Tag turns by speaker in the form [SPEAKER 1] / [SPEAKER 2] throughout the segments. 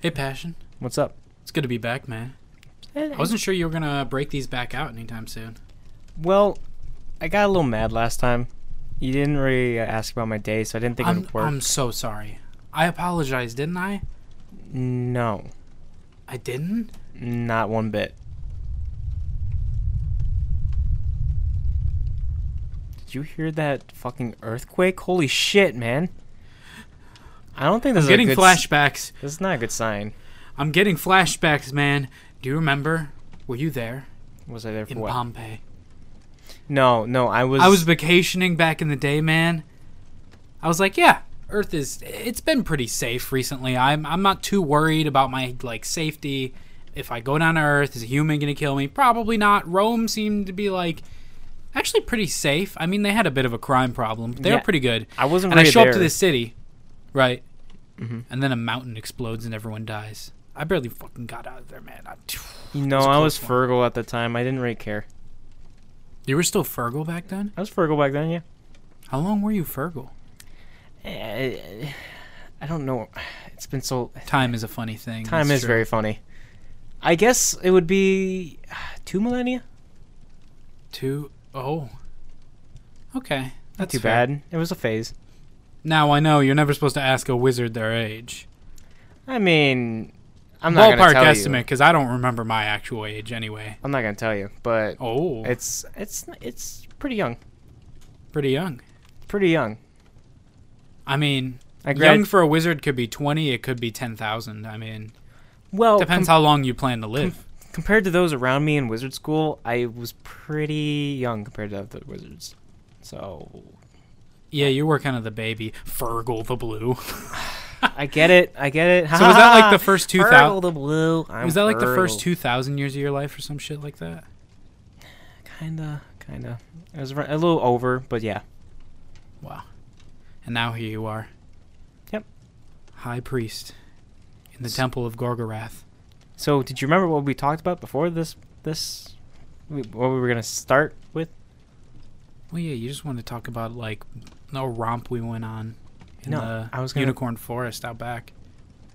[SPEAKER 1] Hey, Passion.
[SPEAKER 2] What's up?
[SPEAKER 1] It's good to be back, man. I wasn't sure you were going to break these back out anytime soon.
[SPEAKER 2] Well, I got a little mad last time. You didn't really uh, ask about my day, so I didn't think it
[SPEAKER 1] I'm,
[SPEAKER 2] would work.
[SPEAKER 1] I'm so sorry. I apologize, didn't I?
[SPEAKER 2] no,
[SPEAKER 1] I didn't?
[SPEAKER 2] not one bit. Did you hear that fucking earthquake? Holy shit, man! I don't think this is a
[SPEAKER 1] getting
[SPEAKER 2] good s-
[SPEAKER 1] flashbacks.
[SPEAKER 2] This is not a good sign.
[SPEAKER 1] I'm getting flashbacks, man. Do you remember? Were you there
[SPEAKER 2] Was I there for
[SPEAKER 1] in
[SPEAKER 2] what?
[SPEAKER 1] Pompeii?
[SPEAKER 2] no, no, I was.
[SPEAKER 1] I was vacationing back in the day, man. I was like, yeah, Earth is it's been pretty safe recently. I'm I'm not too worried about my like safety. If I go down to Earth, is a human gonna kill me? Probably not. Rome seemed to be like actually pretty safe. I mean, they had a bit of a crime problem, but they
[SPEAKER 2] Yeah.
[SPEAKER 1] were pretty good.
[SPEAKER 2] I wasn't.
[SPEAKER 1] and I
[SPEAKER 2] really
[SPEAKER 1] show up to
[SPEAKER 2] there. Mm-hmm.
[SPEAKER 1] this city, right? And then a mountain explodes and everyone dies. I barely fucking got out of there, man. I,
[SPEAKER 2] No,
[SPEAKER 1] was a
[SPEAKER 2] I was
[SPEAKER 1] close one.
[SPEAKER 2] Fergal at the time. I didn't really care.
[SPEAKER 1] you were still Fergal back then.
[SPEAKER 2] I was Fergal back then, yeah.
[SPEAKER 1] How long were you Fergal?
[SPEAKER 2] Eh, I don't know. It's been so.
[SPEAKER 1] Time is a funny thing.
[SPEAKER 2] Time
[SPEAKER 1] it's
[SPEAKER 2] is
[SPEAKER 1] true.
[SPEAKER 2] very funny. I guess it would be ah, two millennia.
[SPEAKER 1] Two oh. Okay.
[SPEAKER 2] Not
[SPEAKER 1] That's
[SPEAKER 2] too
[SPEAKER 1] fair.
[SPEAKER 2] bad. It was a phase.
[SPEAKER 1] Now I know you're never supposed to ask a wizard their age.
[SPEAKER 2] I mean, I'm not gonna
[SPEAKER 1] Ballpark
[SPEAKER 2] tell
[SPEAKER 1] estimate,
[SPEAKER 2] you.
[SPEAKER 1] because I don't remember my actual age anyway.
[SPEAKER 2] I'm not gonna tell you, but
[SPEAKER 1] Oh, it's
[SPEAKER 2] it's it's it's pretty young.
[SPEAKER 1] pretty young.
[SPEAKER 2] Pretty young.
[SPEAKER 1] I mean,
[SPEAKER 2] I grad-
[SPEAKER 1] young for a wizard could be twenty. It could be ten thousand. I mean,
[SPEAKER 2] well
[SPEAKER 1] depends
[SPEAKER 2] com-
[SPEAKER 1] how long you plan to live.
[SPEAKER 2] compared to those around me in wizard school, I was pretty young compared to the wizards. So
[SPEAKER 1] yeah, you were kind of the baby Fergal the Blue.
[SPEAKER 2] I get it. I get it.
[SPEAKER 1] So was that like the first two
[SPEAKER 2] Fergal
[SPEAKER 1] thousand?
[SPEAKER 2] the blue? I'm
[SPEAKER 1] Was that like the first
[SPEAKER 2] Fergal.
[SPEAKER 1] two thousand years of your life or some shit like that?
[SPEAKER 2] Kinda, kinda. It was ar- a little over, but yeah.
[SPEAKER 1] Wow. And now here you are.
[SPEAKER 2] Yep.
[SPEAKER 1] High priest in the temple of Gorgorath.
[SPEAKER 2] So, did you remember what we talked about before this? This, we- what we were gonna start with?
[SPEAKER 1] Well, yeah, you just wanted to talk about like no romp we went on in
[SPEAKER 2] No,
[SPEAKER 1] the
[SPEAKER 2] I was gonna-
[SPEAKER 1] unicorn forest out back.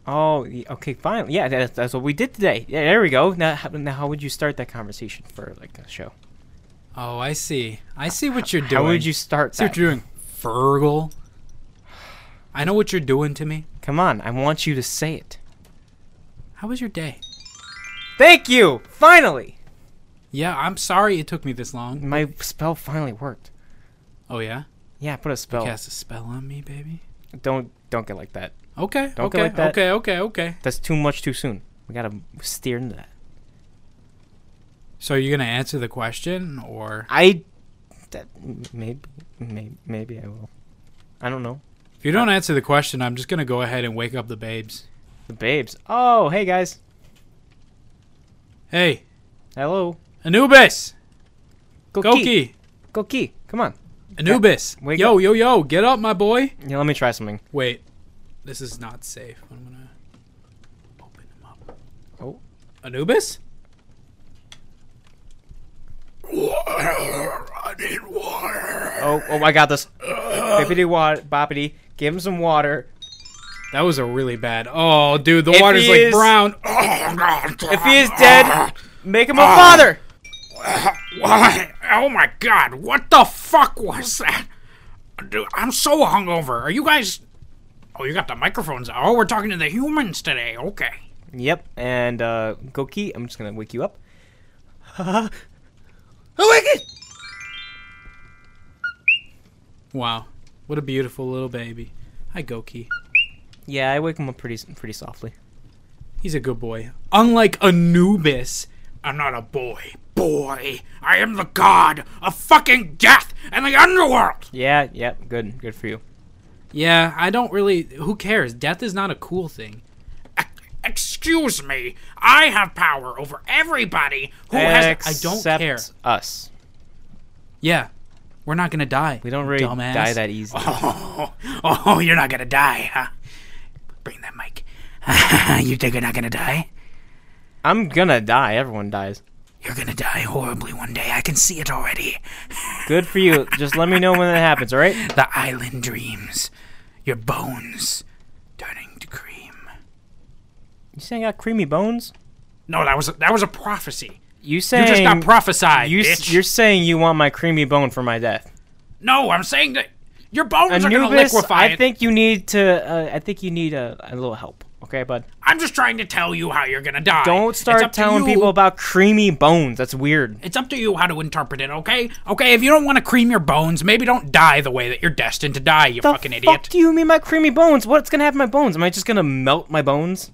[SPEAKER 2] Oh, y- okay, fine. Yeah, that's, that's what we did today. Yeah, there we go. Now, how, now, how would you start that conversation for like a show?
[SPEAKER 1] Oh, I see. I see what you're doing.
[SPEAKER 2] How would you start
[SPEAKER 1] see
[SPEAKER 2] that?
[SPEAKER 1] what you're doing, Fergal? I know what you're doing to me.
[SPEAKER 2] Come on, I want you to say it.
[SPEAKER 1] How was your day?
[SPEAKER 2] Thank you. Finally,
[SPEAKER 1] Yeah, I'm sorry it took me this long.
[SPEAKER 2] my spell finally worked.
[SPEAKER 1] Oh yeah,
[SPEAKER 2] Yeah, I put a spell.
[SPEAKER 1] cast a spell on me, baby.
[SPEAKER 2] Don't don't get like that.
[SPEAKER 1] Okay,
[SPEAKER 2] Don't go
[SPEAKER 1] okay,
[SPEAKER 2] like that.
[SPEAKER 1] okay, okay, okay.
[SPEAKER 2] That's too much too soon. We gotta steer into that.
[SPEAKER 1] So are you gonna answer the question or?
[SPEAKER 2] I that maybe maybe maybe I will. I don't know.
[SPEAKER 1] If you don't
[SPEAKER 2] Uh,
[SPEAKER 1] answer the question, I'm just gonna go ahead and wake up the babes.
[SPEAKER 2] The babes. Oh, hey guys.
[SPEAKER 1] Hey,
[SPEAKER 2] Hello.
[SPEAKER 1] Anubis,
[SPEAKER 2] Goki.
[SPEAKER 1] Goki,
[SPEAKER 2] Goki. Come on.
[SPEAKER 1] Anubis,
[SPEAKER 2] Wake
[SPEAKER 1] yo, yo, yo, get up, my boy.
[SPEAKER 2] Yeah, let me try something.
[SPEAKER 1] Wait, this is not safe. I'm gonna open him up.
[SPEAKER 2] Oh.
[SPEAKER 1] Anubis. Water. I need water.
[SPEAKER 2] Oh, oh, I got this. Bippity water, boppity. Give him some water.
[SPEAKER 1] That was a really bad. Oh, dude, the
[SPEAKER 2] If
[SPEAKER 1] water's
[SPEAKER 2] he
[SPEAKER 1] like
[SPEAKER 2] is-
[SPEAKER 1] brown. Oh,
[SPEAKER 2] If he is dead, make him a father.
[SPEAKER 1] Why? Oh my god, what the fuck was that? Dude, I'm so hungover. Are you guys. Oh, you got the microphones out. Oh, we're talking to the humans today. Okay.
[SPEAKER 2] Yep. And uh, Goki, I'm just gonna wake you up. Awake
[SPEAKER 1] Wow. What a beautiful little baby. Hi, Goki.
[SPEAKER 2] Yeah, I wake him up pretty pretty softly.
[SPEAKER 1] He's a good boy. Unlike Anubis, I'm not a boy. Boy, I am the god of fucking death and the underworld.
[SPEAKER 2] Yeah. Yep. Good. Good for you.
[SPEAKER 1] Yeah, I don't really. Who cares? Death is not a cool thing. Excuse me. I have power over everybody who
[SPEAKER 2] Oh,
[SPEAKER 1] has. I don't
[SPEAKER 2] Except
[SPEAKER 1] care.
[SPEAKER 2] Us.
[SPEAKER 1] Yeah, we're not gonna die.
[SPEAKER 2] We don't really
[SPEAKER 1] dumbass.
[SPEAKER 2] die that easy.
[SPEAKER 1] Oh, oh, you're not gonna die, huh? Bring that mic. you think you're not gonna die?
[SPEAKER 2] I'm gonna die. Everyone dies.
[SPEAKER 1] You're gonna die horribly one day. I can see it already.
[SPEAKER 2] Good for you. Just let me know when that happens, all right?
[SPEAKER 1] The island dreams. Your bones turning to cream.
[SPEAKER 2] You saying I got creamy bones?
[SPEAKER 1] No, that was a, that was a prophecy.
[SPEAKER 2] You saying
[SPEAKER 1] you just got prophesied.
[SPEAKER 2] you, s-
[SPEAKER 1] bitch.
[SPEAKER 2] You're saying you want my creamy bone for my death.
[SPEAKER 1] no, I'm saying that your bones are gonna
[SPEAKER 2] Anubis,
[SPEAKER 1] liquefy.
[SPEAKER 2] I
[SPEAKER 1] it.
[SPEAKER 2] think you need to. Uh, I think you need a, a little help. Okay, bud.
[SPEAKER 1] I'm just trying to tell you how you're gonna die.
[SPEAKER 2] Don't
[SPEAKER 1] It's
[SPEAKER 2] start
[SPEAKER 1] up to
[SPEAKER 2] telling
[SPEAKER 1] you.
[SPEAKER 2] people about creamy bones. That's weird.
[SPEAKER 1] It's up to you how to interpret it, okay? Okay, if you don't want to cream your bones, maybe don't die the way that you're destined to die, you
[SPEAKER 2] The
[SPEAKER 1] fucking
[SPEAKER 2] fuck
[SPEAKER 1] idiot.
[SPEAKER 2] do you mean my creamy bones? What's gonna happen to my bones? Am I just gonna melt my bones?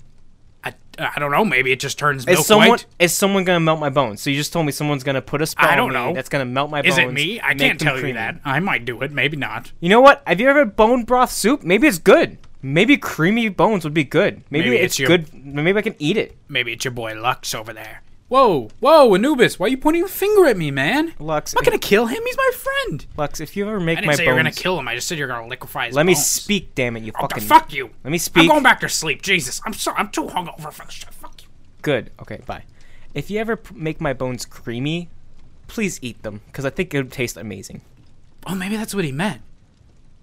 [SPEAKER 1] I, I don't know, maybe it just turns milk
[SPEAKER 2] Is someone
[SPEAKER 1] white.
[SPEAKER 2] is someone gonna melt my bones? So you just told me someone's gonna put a spell
[SPEAKER 1] I
[SPEAKER 2] on
[SPEAKER 1] don't
[SPEAKER 2] me
[SPEAKER 1] know.
[SPEAKER 2] that's gonna melt my
[SPEAKER 1] Is
[SPEAKER 2] bones.
[SPEAKER 1] it me? I
[SPEAKER 2] make
[SPEAKER 1] can't
[SPEAKER 2] them
[SPEAKER 1] tell you
[SPEAKER 2] creamy.
[SPEAKER 1] that. I might do it, maybe not.
[SPEAKER 2] You know what? Have you ever had bone broth soup? Maybe it's good. Maybe creamy bones would be good. Maybe,
[SPEAKER 1] Maybe
[SPEAKER 2] it's,
[SPEAKER 1] it's your-
[SPEAKER 2] good. Maybe I can eat it.
[SPEAKER 1] Maybe it's your boy Lux over there. Whoa, whoa, Anubis, why are you pointing your finger at me, man?
[SPEAKER 2] Lux,
[SPEAKER 1] I'm not gonna kill him, he's my friend.
[SPEAKER 2] Lux, if you ever make
[SPEAKER 1] I didn't
[SPEAKER 2] my
[SPEAKER 1] say
[SPEAKER 2] bones,
[SPEAKER 1] you're gonna kill him, I just said you're gonna liquefy his
[SPEAKER 2] let me
[SPEAKER 1] bones.
[SPEAKER 2] speak. Damn it, you
[SPEAKER 1] Okay,
[SPEAKER 2] fucking
[SPEAKER 1] fuck you.
[SPEAKER 2] Let me speak.
[SPEAKER 1] I'm going back to sleep. Jesus, I'm so I'm too hungover for this shit. Fuck you.
[SPEAKER 2] good. Okay, bye. If you ever p- make my bones creamy, please eat them because I think it would taste amazing.
[SPEAKER 1] Oh, maybe that's what he meant.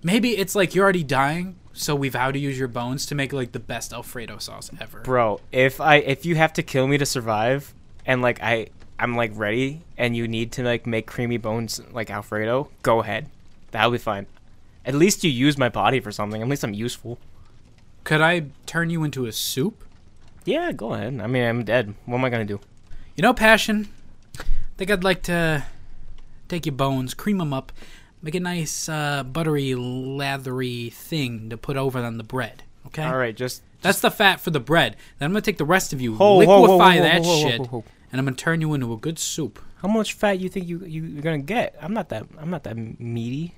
[SPEAKER 1] Maybe it's like you're already dying, so we vow to use your bones to make like the best Alfredo sauce ever.
[SPEAKER 2] Bro, if I if you have to kill me to survive, and like I I'm like ready, and you need to like make creamy bones like Alfredo, go ahead. That'll be fine. At least you use my body for something. At least I'm useful.
[SPEAKER 1] Could I turn you into a soup?
[SPEAKER 2] Yeah, go ahead. I mean, I'm dead. What am I gonna do?
[SPEAKER 1] You know, passion. I think I'd like to take your bones, cream them up, make a nice uh, buttery, lathery thing to put over on the bread. Okay.
[SPEAKER 2] All right, just
[SPEAKER 1] That's the fat for the bread. Then I'm gonna take the rest of you,
[SPEAKER 2] Ho, ho, ho,
[SPEAKER 1] liquefy
[SPEAKER 2] ho, ho,
[SPEAKER 1] that
[SPEAKER 2] ho, ho, ho,
[SPEAKER 1] shit,
[SPEAKER 2] ho.
[SPEAKER 1] and I'm gonna turn you into a good soup.
[SPEAKER 2] how much fat you think you, you you're gonna get? I'm not that I'm not that meaty.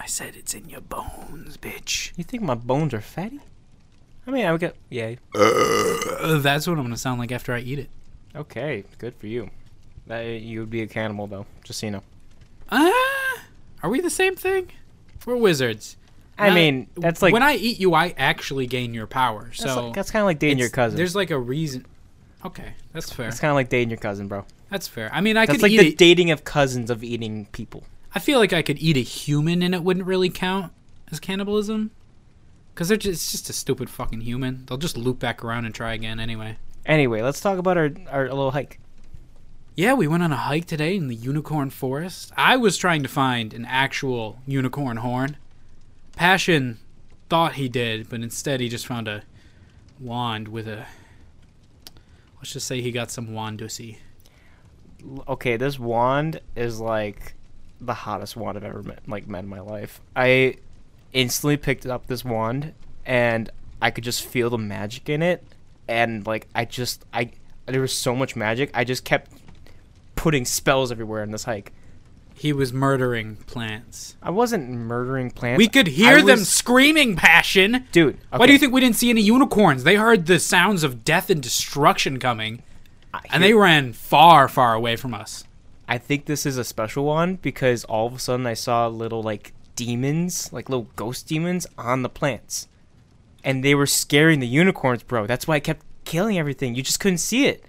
[SPEAKER 1] I said it's in your bones, bitch.
[SPEAKER 2] You think my bones are fatty? I mean, I would get yeah.
[SPEAKER 1] Uh, that's what I'm gonna sound like after I eat it.
[SPEAKER 2] Okay, good for you. That you would be a cannibal though, just so you know.
[SPEAKER 1] Ah, are we the same thing? We're wizards.
[SPEAKER 2] I
[SPEAKER 1] Now-
[SPEAKER 2] mean, that's like
[SPEAKER 1] when I eat you, I actually gain your power. So
[SPEAKER 2] that's, like, that's kind of like dating your
[SPEAKER 1] it's-
[SPEAKER 2] cousin.
[SPEAKER 1] There's like a reason. Okay, that's fair.
[SPEAKER 2] It's kind of like dating your cousin, bro.
[SPEAKER 1] That's fair. I mean, I
[SPEAKER 2] That's
[SPEAKER 1] could
[SPEAKER 2] like
[SPEAKER 1] eat.
[SPEAKER 2] the
[SPEAKER 1] a-
[SPEAKER 2] dating of cousins of eating people.
[SPEAKER 1] I feel like I could eat a human and it wouldn't really count as cannibalism, because they're just it's just a stupid fucking human. They'll just loop back around and try again anyway.
[SPEAKER 2] Anyway, let's talk about our our little hike.
[SPEAKER 1] Yeah, we went on a hike today in the unicorn forest. I was trying to find an actual unicorn horn. Passion thought he did, but instead he just found a wand with a. Let's just say he got some wandussy.
[SPEAKER 2] L- Okay, this wand is like the hottest wand I've ever met, like met in my life. I instantly picked up this wand and I could just feel the magic in it and like I just I there was so much magic. I just kept putting spells everywhere in this hike.
[SPEAKER 1] He was murdering plants.
[SPEAKER 2] I wasn't murdering plants.
[SPEAKER 1] We could hear
[SPEAKER 2] I
[SPEAKER 1] them
[SPEAKER 2] was-
[SPEAKER 1] screaming, Passion!
[SPEAKER 2] Dude,
[SPEAKER 1] Why do you
[SPEAKER 2] okay,
[SPEAKER 1] think we didn't see any unicorns? They heard the sounds of death and destruction coming,
[SPEAKER 2] I
[SPEAKER 1] and
[SPEAKER 2] hear-
[SPEAKER 1] they ran far, far away from us.
[SPEAKER 2] I think this is a special one because all of a sudden I saw little like demons, like little ghost demons on the plants. And they were scaring the unicorns, bro. That's why I kept killing everything. You just couldn't see it.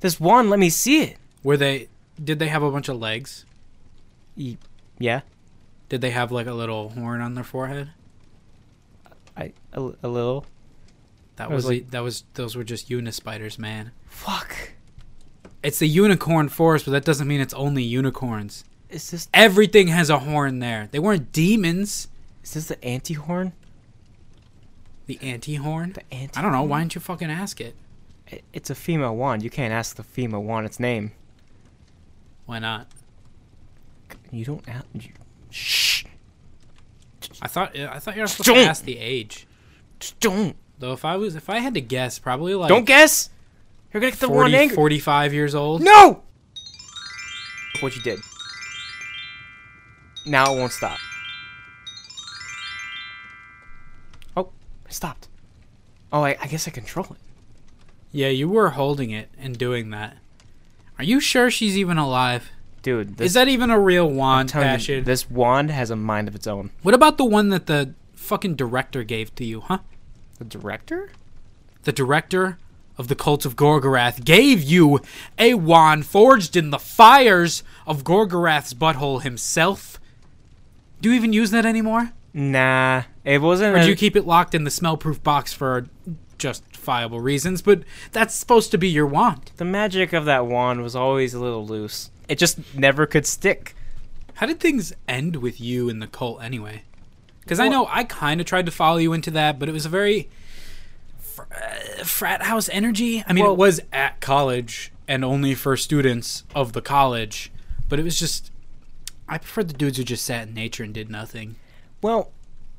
[SPEAKER 2] This wand let me see it.
[SPEAKER 1] Were they. Did they have a bunch of legs?
[SPEAKER 2] Y- Yeah,
[SPEAKER 1] Did they have like a little horn on their forehead?
[SPEAKER 2] I a, l- a little.
[SPEAKER 1] That
[SPEAKER 2] It
[SPEAKER 1] was,
[SPEAKER 2] was
[SPEAKER 1] like, that was those were just unispiders, man.
[SPEAKER 2] Fuck.
[SPEAKER 1] It's the unicorn forest, but that doesn't mean it's only unicorns.
[SPEAKER 2] Is this
[SPEAKER 1] Everything has a horn there. They weren't demons.
[SPEAKER 2] is this the anti horn?
[SPEAKER 1] The anti-horn.
[SPEAKER 2] The anti.
[SPEAKER 1] I don't know. Why didn't you fucking ask it?
[SPEAKER 2] I- It's a female wand. You can't ask the female wand its name.
[SPEAKER 1] Why not?
[SPEAKER 2] You don't. a- You, shh.
[SPEAKER 1] I thought I thought you were supposed to
[SPEAKER 2] Don't.
[SPEAKER 1] ask the age.
[SPEAKER 2] Just don't.
[SPEAKER 1] Though if I was if I had to guess, probably like
[SPEAKER 2] don't guess. You're gonna get the one
[SPEAKER 1] 40,
[SPEAKER 2] angry.
[SPEAKER 1] 45 years old.
[SPEAKER 2] No! What you did. Now it won't stop. Oh, it stopped. Oh, I, I guess I control it.
[SPEAKER 1] Yeah, you were holding it and doing that. Are you sure she's even alive?
[SPEAKER 2] Dude, this,
[SPEAKER 1] Is that even a real wand,
[SPEAKER 2] telling you,
[SPEAKER 1] Passion?
[SPEAKER 2] this wand has a mind of its own.
[SPEAKER 1] What about the one that the fucking director gave to you, huh?
[SPEAKER 2] The director?
[SPEAKER 1] The director of the cult of Gorgorath gave you a wand forged in the fires of Gorgorath's butthole himself. Do you even use that anymore?
[SPEAKER 2] Nah, it wasn't.
[SPEAKER 1] Or
[SPEAKER 2] a-
[SPEAKER 1] do you keep it locked in the smell proof box for just justifiable reasons, but that's supposed to be your wand.
[SPEAKER 2] The magic of that wand was always a little loose. It just never could stick.
[SPEAKER 1] How did things end with you and the cult anyway? Because I know I kind of tried to follow you into that, but it was a very fr- uh, frat house energy. I mean,
[SPEAKER 2] Well-
[SPEAKER 1] it was at college and only for students of the college, but it was just. I preferred the dudes who just sat in nature and did nothing.
[SPEAKER 2] Well,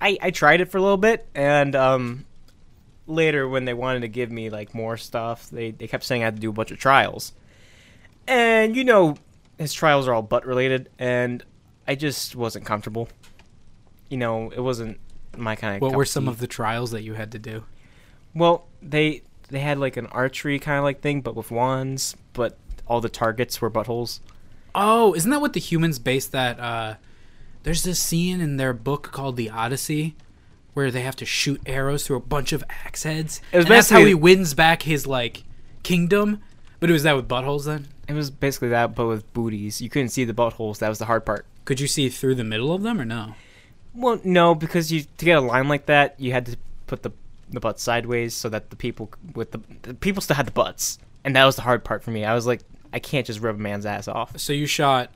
[SPEAKER 2] I, I tried it for a little bit, and um, later when they wanted to give me like more stuff, they, they kept saying I had to do a bunch of trials. And you know, his trials are all butt related, and I just wasn't comfortable. You know, it wasn't my kind of.
[SPEAKER 1] What were some of the trials that you had to do?
[SPEAKER 2] Well, they they had like an archery kind of like thing, but with wands. But all the targets were buttholes.
[SPEAKER 1] Oh, isn't that what the humans based that? Uh, there's this scene in their book called The Odyssey where they have to shoot arrows through a bunch of axe heads.
[SPEAKER 2] It was
[SPEAKER 1] and that's how
[SPEAKER 2] basically-
[SPEAKER 1] he wins back his like kingdom. But it was that with buttholes then?
[SPEAKER 2] It was basically that, but with booties. You couldn't see the buttholes. That was the hard part.
[SPEAKER 1] Could you see through the middle of them or no?
[SPEAKER 2] Well, no, because you to get a line like that, you had to put the the butt sideways so that the people c- with the, the people still had the butts, and that was the hard part for me. I was like, I can't just rub a man's ass off.
[SPEAKER 1] So you shot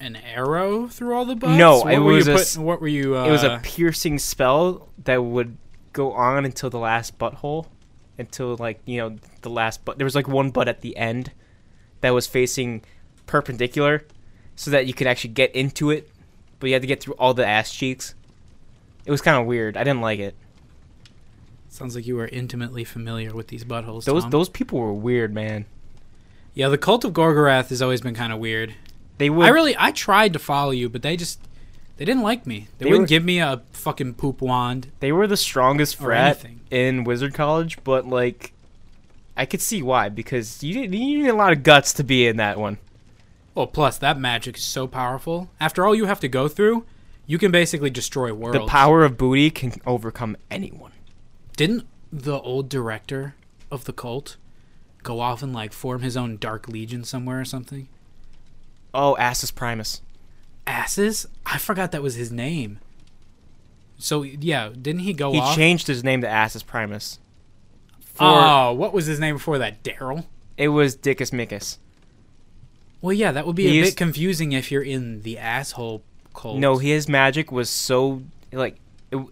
[SPEAKER 1] an arrow through all the butts?
[SPEAKER 2] No,
[SPEAKER 1] what
[SPEAKER 2] it
[SPEAKER 1] were
[SPEAKER 2] was
[SPEAKER 1] you
[SPEAKER 2] a
[SPEAKER 1] put-
[SPEAKER 2] s-
[SPEAKER 1] what were you? Uh,
[SPEAKER 2] it was a piercing spell that would go on until the last butthole, until like you know the last butt. There was like one butt at the end that was facing perpendicular, so that you could actually get into it, but you had to get through all the ass cheeks. It was kind of weird. I didn't like it.
[SPEAKER 1] Sounds like you were intimately familiar with these buttholes.
[SPEAKER 2] Those
[SPEAKER 1] Tom.
[SPEAKER 2] those people were weird, man.
[SPEAKER 1] yeah, the cult of Gorgorath has always been kind of weird.
[SPEAKER 2] They would.
[SPEAKER 1] I really I tried to follow you, but they just they didn't like me. They,
[SPEAKER 2] They
[SPEAKER 1] wouldn't
[SPEAKER 2] were-
[SPEAKER 1] give me a fucking poop wand.
[SPEAKER 2] they were the strongest
[SPEAKER 1] Or
[SPEAKER 2] frat
[SPEAKER 1] anything.
[SPEAKER 2] in Wizard College, but like, I could see why because you didn't, you need a lot of guts to be in that one.
[SPEAKER 1] Well, plus that magic is so powerful. After all you have to go through, you can basically destroy worlds.
[SPEAKER 2] The power of booty can overcome anyone.
[SPEAKER 1] Didn't the old director of the cult go off and like form his own dark legion somewhere or something?
[SPEAKER 2] Oh, Assus Primus.
[SPEAKER 1] Asses? I forgot that was his name. So yeah, didn't he go
[SPEAKER 2] He
[SPEAKER 1] off?
[SPEAKER 2] changed his name to Assus Primus. For
[SPEAKER 1] oh, what was his name before that? Daryl.
[SPEAKER 2] it was Dickus Mickus.
[SPEAKER 1] Well, yeah, that would be
[SPEAKER 2] He
[SPEAKER 1] a
[SPEAKER 2] used-
[SPEAKER 1] bit confusing if you're in the asshole cult.
[SPEAKER 2] No, his magic was so like, it, w-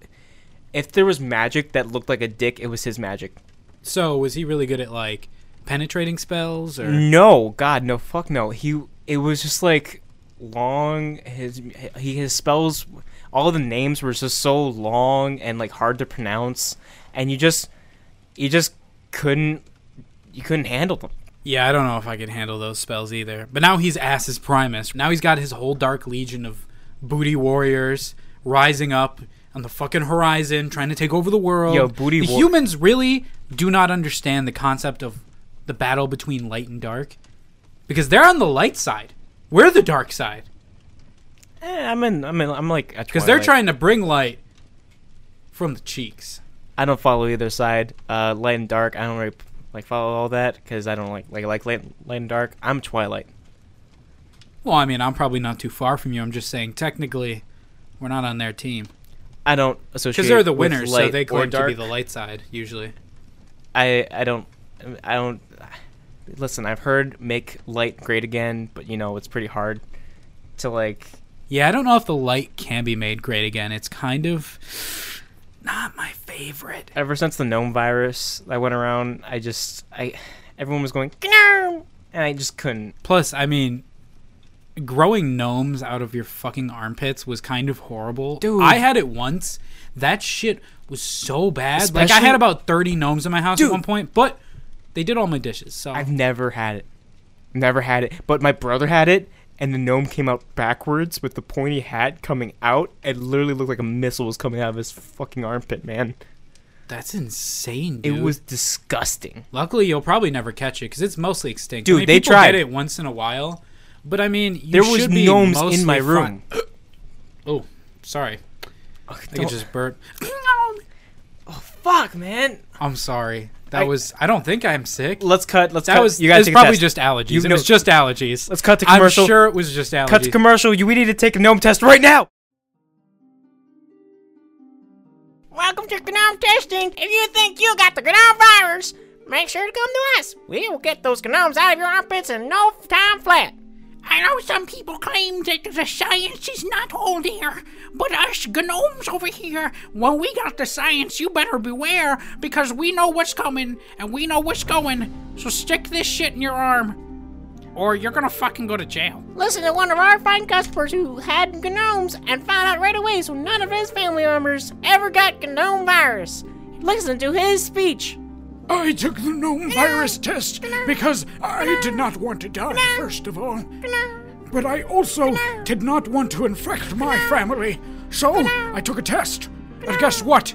[SPEAKER 2] if there was magic that looked like a dick, it was his magic.
[SPEAKER 1] So was he really good at like penetrating spells or
[SPEAKER 2] Mm. No, God, no, fuck no. He it was just like long. His he his spells, all the names were just so long and like hard to pronounce, and you just you just couldn't you couldn't handle them.
[SPEAKER 1] Yeah, I don't know if I could handle those spells either. But now he's Ass's Primus. Now he's got his whole dark legion of booty warriors rising up on the fucking horizon trying to take over the world.
[SPEAKER 2] Yo, booty
[SPEAKER 1] The
[SPEAKER 2] war-
[SPEAKER 1] humans really do not understand the concept of the battle between light and dark because they're on the light side. We're the dark side
[SPEAKER 2] Eh, I'm in. I'm in. I'm like because
[SPEAKER 1] because they're trying to bring light from the cheeks.
[SPEAKER 2] I don't follow either side. Uh, light and dark. I don't really like follow all that because I don't like like like light, light and dark. I'm Twilight.
[SPEAKER 1] Well, I mean, I'm probably not too far from you. I'm just saying technically we're not on their team.
[SPEAKER 2] I don't associate
[SPEAKER 1] Because they're the
[SPEAKER 2] with
[SPEAKER 1] winners, so
[SPEAKER 2] light
[SPEAKER 1] they
[SPEAKER 2] or
[SPEAKER 1] claim to be
[SPEAKER 2] dark.
[SPEAKER 1] the light side usually.
[SPEAKER 2] I I don't I don't listen. I've heard make light great again, but you know it's pretty hard to like.
[SPEAKER 1] Yeah, I don't know if the light can be made great again. It's kind of not my favorite.
[SPEAKER 2] Ever since the gnome virus that went around, I just I everyone was going gnome, and I just couldn't.
[SPEAKER 1] Plus, I mean, growing gnomes out of your fucking armpits was kind of horrible.
[SPEAKER 2] Dude.
[SPEAKER 1] I had it once. That shit was so bad. like I
[SPEAKER 2] Especially-
[SPEAKER 1] had about 30 gnomes in my house
[SPEAKER 2] Dude.
[SPEAKER 1] at one point, but they did all my dishes. So
[SPEAKER 2] I've never had it, never had it. But my brother had it, and the gnome came out backwards with the pointy hat coming out, and literally looked like a missile was coming out of his fucking armpit, man.
[SPEAKER 1] that's insane, dude.
[SPEAKER 2] It was disgusting.
[SPEAKER 1] Luckily, you'll probably never catch it because it's mostly extinct.
[SPEAKER 2] Dude,
[SPEAKER 1] I mean,
[SPEAKER 2] they
[SPEAKER 1] people
[SPEAKER 2] tried.
[SPEAKER 1] get it once in a while, but I mean, you
[SPEAKER 2] There was
[SPEAKER 1] should be
[SPEAKER 2] gnomes
[SPEAKER 1] mostly
[SPEAKER 2] in my
[SPEAKER 1] fine-
[SPEAKER 2] room.
[SPEAKER 1] Oh, sorry.
[SPEAKER 2] Ugh,
[SPEAKER 1] I think
[SPEAKER 2] don't-
[SPEAKER 1] it just burp.
[SPEAKER 2] oh fuck, man.
[SPEAKER 1] I'm sorry. That
[SPEAKER 2] I-
[SPEAKER 1] was. I don't think I'm sick.
[SPEAKER 2] Let's cut. Let's
[SPEAKER 1] That
[SPEAKER 2] cut.
[SPEAKER 1] was.
[SPEAKER 2] You guys
[SPEAKER 1] it's
[SPEAKER 2] take a
[SPEAKER 1] probably
[SPEAKER 2] test.
[SPEAKER 1] just allergies.
[SPEAKER 2] You
[SPEAKER 1] it
[SPEAKER 2] know-
[SPEAKER 1] was just allergies.
[SPEAKER 2] Let's cut to commercial.
[SPEAKER 1] I'm sure it was just allergies.
[SPEAKER 2] Cut to commercial. You we need to take a gnome test right now.
[SPEAKER 3] Welcome to Gnome Testing. If you think you got the Gnome virus, make sure to come to us. We will get those Gnomes out of your armpits in no time flat.
[SPEAKER 4] I know some people claim that the science is not all there, but us gnomes over here, when we got the science, you better beware because we know what's coming and we know what's going. So stick this shit in your arm, or you're gonna fucking go to jail.
[SPEAKER 3] Listen to one of our fine customers who had gnomes and found out right away so none of his family members ever got gnome virus. Listen to his speech.
[SPEAKER 4] I took the gnome virus test because I did not want to die, first of all. But I also did not want to infect my family, so I took a test. And guess what?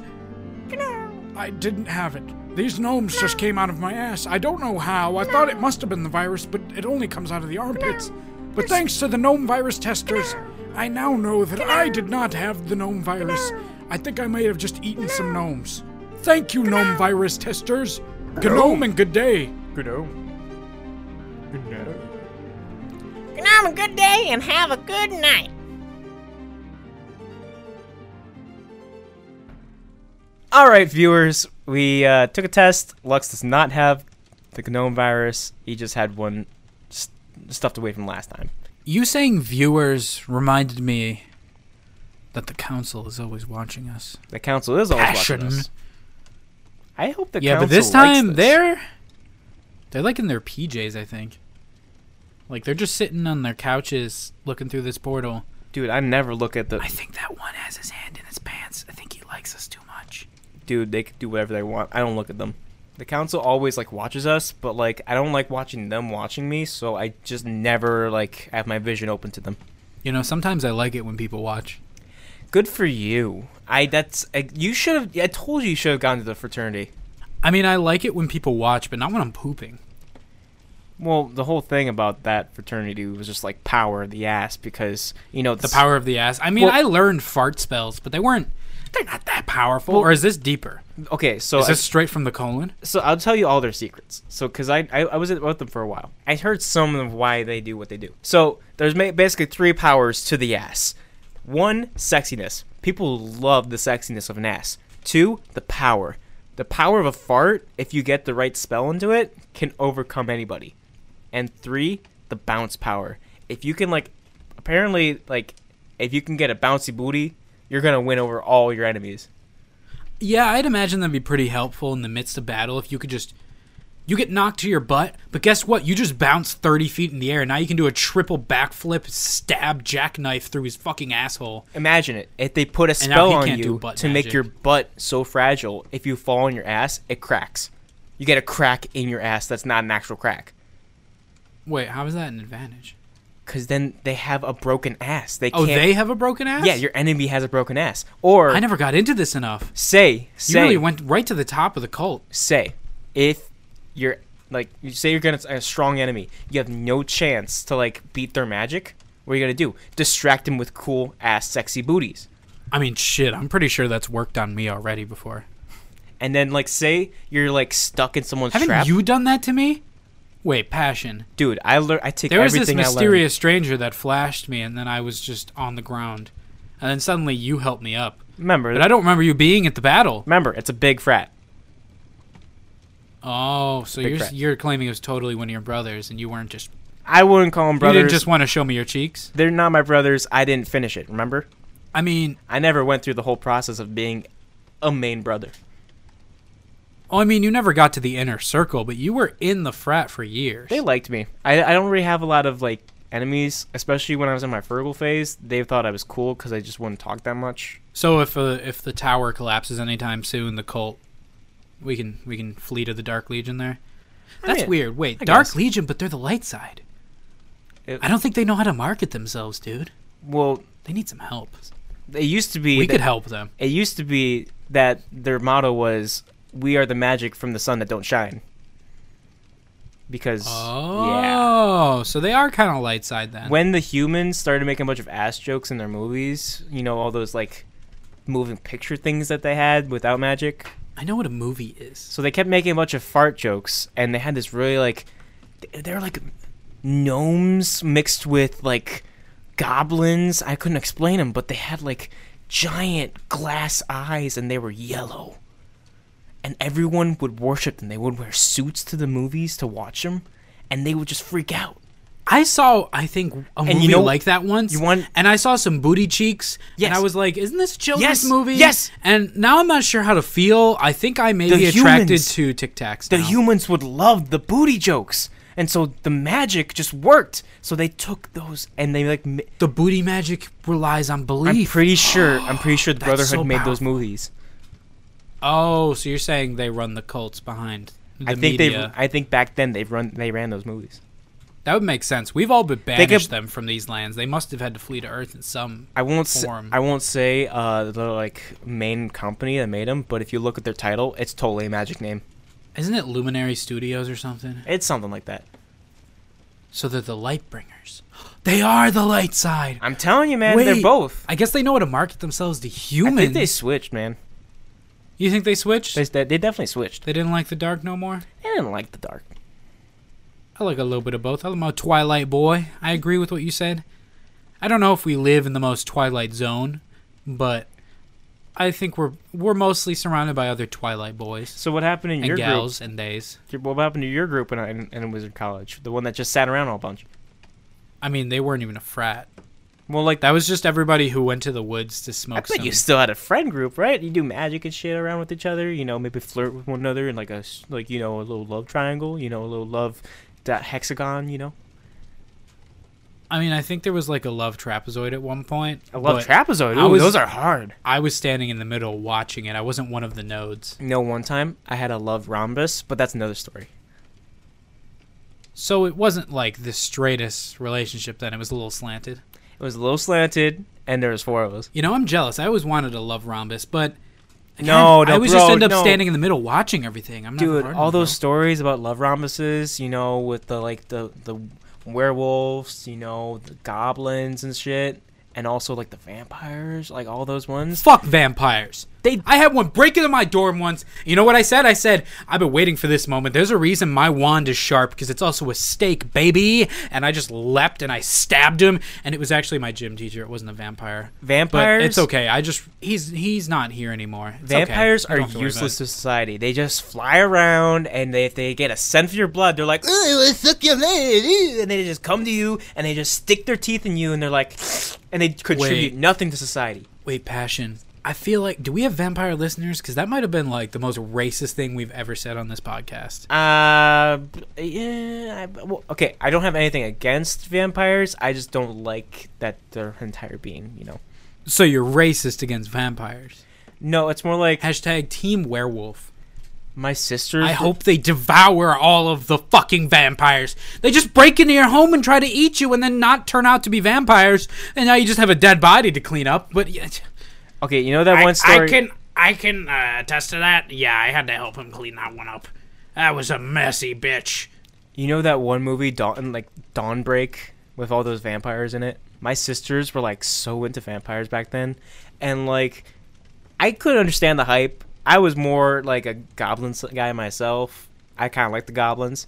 [SPEAKER 4] I didn't have it. These gnomes just came out of my ass. I don't know how. I thought it must have been the virus, but it only comes out of the armpits. But thanks to the gnome virus testers, I now know that I did not have the gnome virus. I think I might have just eaten some gnomes. Thank you, gnome virus testers. Gnome and good day.
[SPEAKER 2] Good Good
[SPEAKER 3] Gnome, a good day and have a good night.
[SPEAKER 2] All right, viewers, we uh, took a test. Lux does not have the gnome virus. He just had one st- stuffed away from last time.
[SPEAKER 1] You saying viewers reminded me that the council is always watching us.
[SPEAKER 2] The council is always
[SPEAKER 1] Passion.
[SPEAKER 2] watching us. I hope the
[SPEAKER 1] yeah,
[SPEAKER 2] council
[SPEAKER 1] but this
[SPEAKER 2] likes
[SPEAKER 1] time
[SPEAKER 2] this.
[SPEAKER 1] they're they're like in their PJs, I think. Like they're just sitting on their couches looking through this portal.
[SPEAKER 2] dude. I never look at the
[SPEAKER 1] I think that one has his hand in his pants. I think he likes us too much.
[SPEAKER 2] dude. They can do whatever they want. I don't look at them. The council always like watches us, but like I don't like watching them watching me, so I just never like have my vision open to them.
[SPEAKER 1] You know, sometimes I like it when people watch.
[SPEAKER 2] Good for you. I that's I, you should have. I told you you should have gone to the fraternity.
[SPEAKER 1] I mean, I like it when people watch, but not when I'm pooping.
[SPEAKER 2] Well, the whole thing about that fraternity was just like power of the ass because you know
[SPEAKER 1] The power of the ass. I mean,
[SPEAKER 2] Well-
[SPEAKER 1] I learned fart spells, but they weren't. They're not that powerful. or is this deeper?
[SPEAKER 2] Okay, so
[SPEAKER 1] Is
[SPEAKER 2] I-
[SPEAKER 1] this straight from the colon?
[SPEAKER 2] so I'll tell you all their secrets. So because I, I I was with them for a while, I heard some of why they do what they do. So there's ma- basically three powers to the ass. One, sexiness. People love the sexiness of an ass. Two, the power. The power of a fart, if you get the right spell into it, can overcome anybody. and three, the bounce power. If you can like, apparently like, if you can get a bouncy booty, you're gonna win over all your enemies.
[SPEAKER 1] Yeah, I'd imagine that'd be pretty helpful in the midst of battle if you could just. You get knocked to your butt, but guess what? You just bounce 30 feet in the air. Now you can do a triple backflip, stab jackknife through his fucking asshole.
[SPEAKER 2] Imagine it. If they put a
[SPEAKER 1] now
[SPEAKER 2] spell
[SPEAKER 1] he
[SPEAKER 2] on
[SPEAKER 1] can't do
[SPEAKER 2] you
[SPEAKER 1] butt
[SPEAKER 2] to make
[SPEAKER 1] magic.
[SPEAKER 2] your butt so fragile, if you fall on your ass, it cracks. You get a crack in your ass that's not an actual crack.
[SPEAKER 1] Wait, how is that an advantage?
[SPEAKER 2] Cause then they have a broken ass. They
[SPEAKER 1] Oh,
[SPEAKER 2] can't.
[SPEAKER 1] they have a broken ass?
[SPEAKER 2] yeah, your enemy has a broken ass. Or
[SPEAKER 1] I never got into this enough.
[SPEAKER 2] say say
[SPEAKER 1] You really went right to the top of the cult.
[SPEAKER 2] say if you're like you say you're gonna a strong enemy you have no chance to like beat their magic what are you gonna do distract them with cool ass sexy booties
[SPEAKER 1] I mean, shit, I'm pretty sure that's worked on me already before.
[SPEAKER 2] and then like say you're like stuck in someone's
[SPEAKER 1] Haven't
[SPEAKER 2] trap
[SPEAKER 1] you done that to me? Wait, passion.
[SPEAKER 2] dude i learned i take
[SPEAKER 1] There was this
[SPEAKER 2] everything i learned
[SPEAKER 1] mysterious stranger that flashed me, and then I was just on the ground. And then suddenly you helped me up.
[SPEAKER 2] remember
[SPEAKER 1] But I don't remember you being at the battle.
[SPEAKER 2] remember it's a big frat
[SPEAKER 1] Oh, so
[SPEAKER 2] Big
[SPEAKER 1] you're
[SPEAKER 2] frat.
[SPEAKER 1] you're claiming it was totally one of your brothers, and you weren't just
[SPEAKER 2] i wouldn't call them brothers
[SPEAKER 1] you didn't just want to show me your cheeks.
[SPEAKER 2] they're not my brothers i didn't finish it remember
[SPEAKER 1] I mean,
[SPEAKER 2] i never went through the whole process of being a main brother
[SPEAKER 1] oh, I mean, you never got to the inner circle, but you were in the frat for years.
[SPEAKER 2] They liked me. I, I don't really have a lot of like enemies, especially when I was in my Fergal phase. They thought I was cool because I just wouldn't talk that much.
[SPEAKER 1] so if uh, if the tower collapses anytime soon, the cult, we can we can flee to the Dark Legion there. That's
[SPEAKER 2] mean,
[SPEAKER 1] weird. Wait,
[SPEAKER 2] I
[SPEAKER 1] Dark
[SPEAKER 2] guess.
[SPEAKER 1] Legion, but they're the light side.
[SPEAKER 2] It-
[SPEAKER 1] I don't think they know how to market themselves, dude.
[SPEAKER 2] Well,
[SPEAKER 1] They need some help.
[SPEAKER 2] it used to be
[SPEAKER 1] We
[SPEAKER 2] that-
[SPEAKER 1] could help them.
[SPEAKER 2] It used to be that their motto was "We are the magic from the sun that don't shine." Because yeah,
[SPEAKER 1] Oh, so they are kind of light side then.
[SPEAKER 2] when the humans started making a bunch of ass jokes in their movies, you know all those like moving picture things that they had without magic.
[SPEAKER 1] I know what a movie is.
[SPEAKER 2] So they kept making a bunch of fart jokes, and they had this really like, th- they were like gnomes mixed with like goblins. I couldn't explain them, but they had like giant glass eyes and they were yellow. And everyone would worship them. They would wear suits to the movies to watch them, and they would just freak out.
[SPEAKER 1] I saw, I think, a
[SPEAKER 2] you
[SPEAKER 1] movie
[SPEAKER 2] know-
[SPEAKER 1] like that once.
[SPEAKER 2] you want-
[SPEAKER 1] and I saw some booty cheeks. And
[SPEAKER 2] Yes.
[SPEAKER 1] I was like, isn't this a children's
[SPEAKER 2] Yes,
[SPEAKER 1] movie?
[SPEAKER 2] yes.
[SPEAKER 1] And now I'm not sure how to feel. I think I may
[SPEAKER 2] The
[SPEAKER 1] be attracted
[SPEAKER 2] humans-
[SPEAKER 1] to Tic Tacs.
[SPEAKER 2] The
[SPEAKER 1] now.
[SPEAKER 2] humans would love the booty jokes, and so the magic just worked. So they took those and they like. Ma-
[SPEAKER 1] the booty magic relies on
[SPEAKER 2] I'm
[SPEAKER 1] belief.
[SPEAKER 2] pretty sure. I'm pretty sure the
[SPEAKER 1] That's
[SPEAKER 2] Brotherhood
[SPEAKER 1] so
[SPEAKER 2] made those
[SPEAKER 1] powerful.
[SPEAKER 2] movies.
[SPEAKER 1] oh, so you're saying they run the cults behind the
[SPEAKER 2] I think
[SPEAKER 1] media?
[SPEAKER 2] they. I think back then they've run. They ran those movies.
[SPEAKER 1] that would make sense. We've all but banished
[SPEAKER 2] could-
[SPEAKER 1] them from these lands. They must have had to flee to Earth in some.
[SPEAKER 2] I won't. Say,
[SPEAKER 1] Form.
[SPEAKER 2] I won't say uh, the like main company that made them, but if you look at their title, it's totally a magic name.
[SPEAKER 1] Isn't it Luminary Studios or something?
[SPEAKER 2] It's something like that.
[SPEAKER 1] So they're the light bringers. They are the light side.
[SPEAKER 2] I'm telling you, man. they're
[SPEAKER 1] Wait,
[SPEAKER 2] both.
[SPEAKER 1] I guess they know how to market themselves to
[SPEAKER 2] I
[SPEAKER 1] humans.
[SPEAKER 2] think they switched, man.
[SPEAKER 1] you think they switched?
[SPEAKER 2] They,
[SPEAKER 1] They,
[SPEAKER 2] they they definitely switched.
[SPEAKER 1] didn't like the dark no more.
[SPEAKER 2] They didn't like the dark.
[SPEAKER 1] I like a little bit of both. I'm a Twilight boy. I agree with what you said. I don't know if we live in the most Twilight zone, but I think we're we're mostly surrounded by other Twilight boys
[SPEAKER 2] So what happened in
[SPEAKER 1] and
[SPEAKER 2] your group?
[SPEAKER 1] gals and days.
[SPEAKER 2] Your- What happened to your group in, in, in Wizard College? The one that just sat around all bunch.
[SPEAKER 1] I mean, they weren't even a frat.
[SPEAKER 2] Well, like
[SPEAKER 1] That was just everybody who went to the woods to smoke.
[SPEAKER 2] I bet you
[SPEAKER 1] some-
[SPEAKER 2] still had a friend group, right? You do magic and shit around with each other. You know, maybe flirt with one another and like a s- like you know a little love triangle. You know, a little love that hexagon. You know,
[SPEAKER 1] I mean, I think there was like a love trapezoid at one point.
[SPEAKER 2] a love
[SPEAKER 1] but
[SPEAKER 2] trapezoid.
[SPEAKER 1] I
[SPEAKER 2] Ooh,
[SPEAKER 1] was-
[SPEAKER 2] those are hard.
[SPEAKER 1] I was standing in the middle watching it. I wasn't one of the nodes.
[SPEAKER 2] No, one time I had a love rhombus, but that's another story.
[SPEAKER 1] So it wasn't like the straightest relationship then. It was a little slanted.
[SPEAKER 2] It was a little slanted, and there was four of us.
[SPEAKER 1] You know, I'm jealous. I always wanted a love rhombus, but again,
[SPEAKER 2] No, no,
[SPEAKER 1] I always
[SPEAKER 2] bro,
[SPEAKER 1] just end up
[SPEAKER 2] no.
[SPEAKER 1] standing in the middle watching everything. I'm not
[SPEAKER 2] Dude,
[SPEAKER 1] part
[SPEAKER 2] all
[SPEAKER 1] of it,
[SPEAKER 2] those stories about love rhombuses, you know, with the like the the werewolves, you know, the goblins and shit, and also like the vampires, like all those
[SPEAKER 1] bro.
[SPEAKER 2] ones.
[SPEAKER 1] Fuck vampires.
[SPEAKER 2] They-
[SPEAKER 1] I had one break into my dorm once. You know what I said? I said I've been waiting for this moment. There's a reason my wand is sharp because it's also a stake, baby. And I just leapt and I stabbed him. And it was actually my gym teacher. It wasn't a vampire.
[SPEAKER 2] Vampires.
[SPEAKER 1] But it's okay. I just he's he's not here anymore. It's okay.
[SPEAKER 2] Vampires
[SPEAKER 1] You don't have to
[SPEAKER 2] are
[SPEAKER 1] worry about
[SPEAKER 2] useless
[SPEAKER 1] it.
[SPEAKER 2] to society. They just fly around, and they, if they get a scent of your blood, they're like, "Ooh, I suck your blood," ooh," and they just come to you, and they just stick their teeth in you, and they're like, and they contribute
[SPEAKER 1] Wait.
[SPEAKER 2] nothing to society.
[SPEAKER 1] Wait, passion. I feel like do we have vampire listeners? Because that might have been like the most racist thing we've ever said on this podcast.
[SPEAKER 2] Uh, yeah. I, well, okay, I don't have anything against vampires. I just don't like that their entire being. You know.
[SPEAKER 1] So you're racist against vampires.
[SPEAKER 2] No, it's more like
[SPEAKER 1] Hashtag Team Werewolf.
[SPEAKER 2] my sister's.
[SPEAKER 1] I hope they devour all of the fucking vampires. They just break into your home and try to eat you, and then not turn out to be vampires, and now you just have a dead body to clean up. But yeah,
[SPEAKER 2] Okay, you know that one story.
[SPEAKER 1] I can uh, attest to that. Yeah, I had to help him clean that one up. That was a messy bitch.
[SPEAKER 2] You know that one movie Dawn like Dawnbreak with all those vampires in it? My sisters were like so into vampires back then and like I could understand the hype. I was more like a goblin s- guy myself. I kind of like the goblins.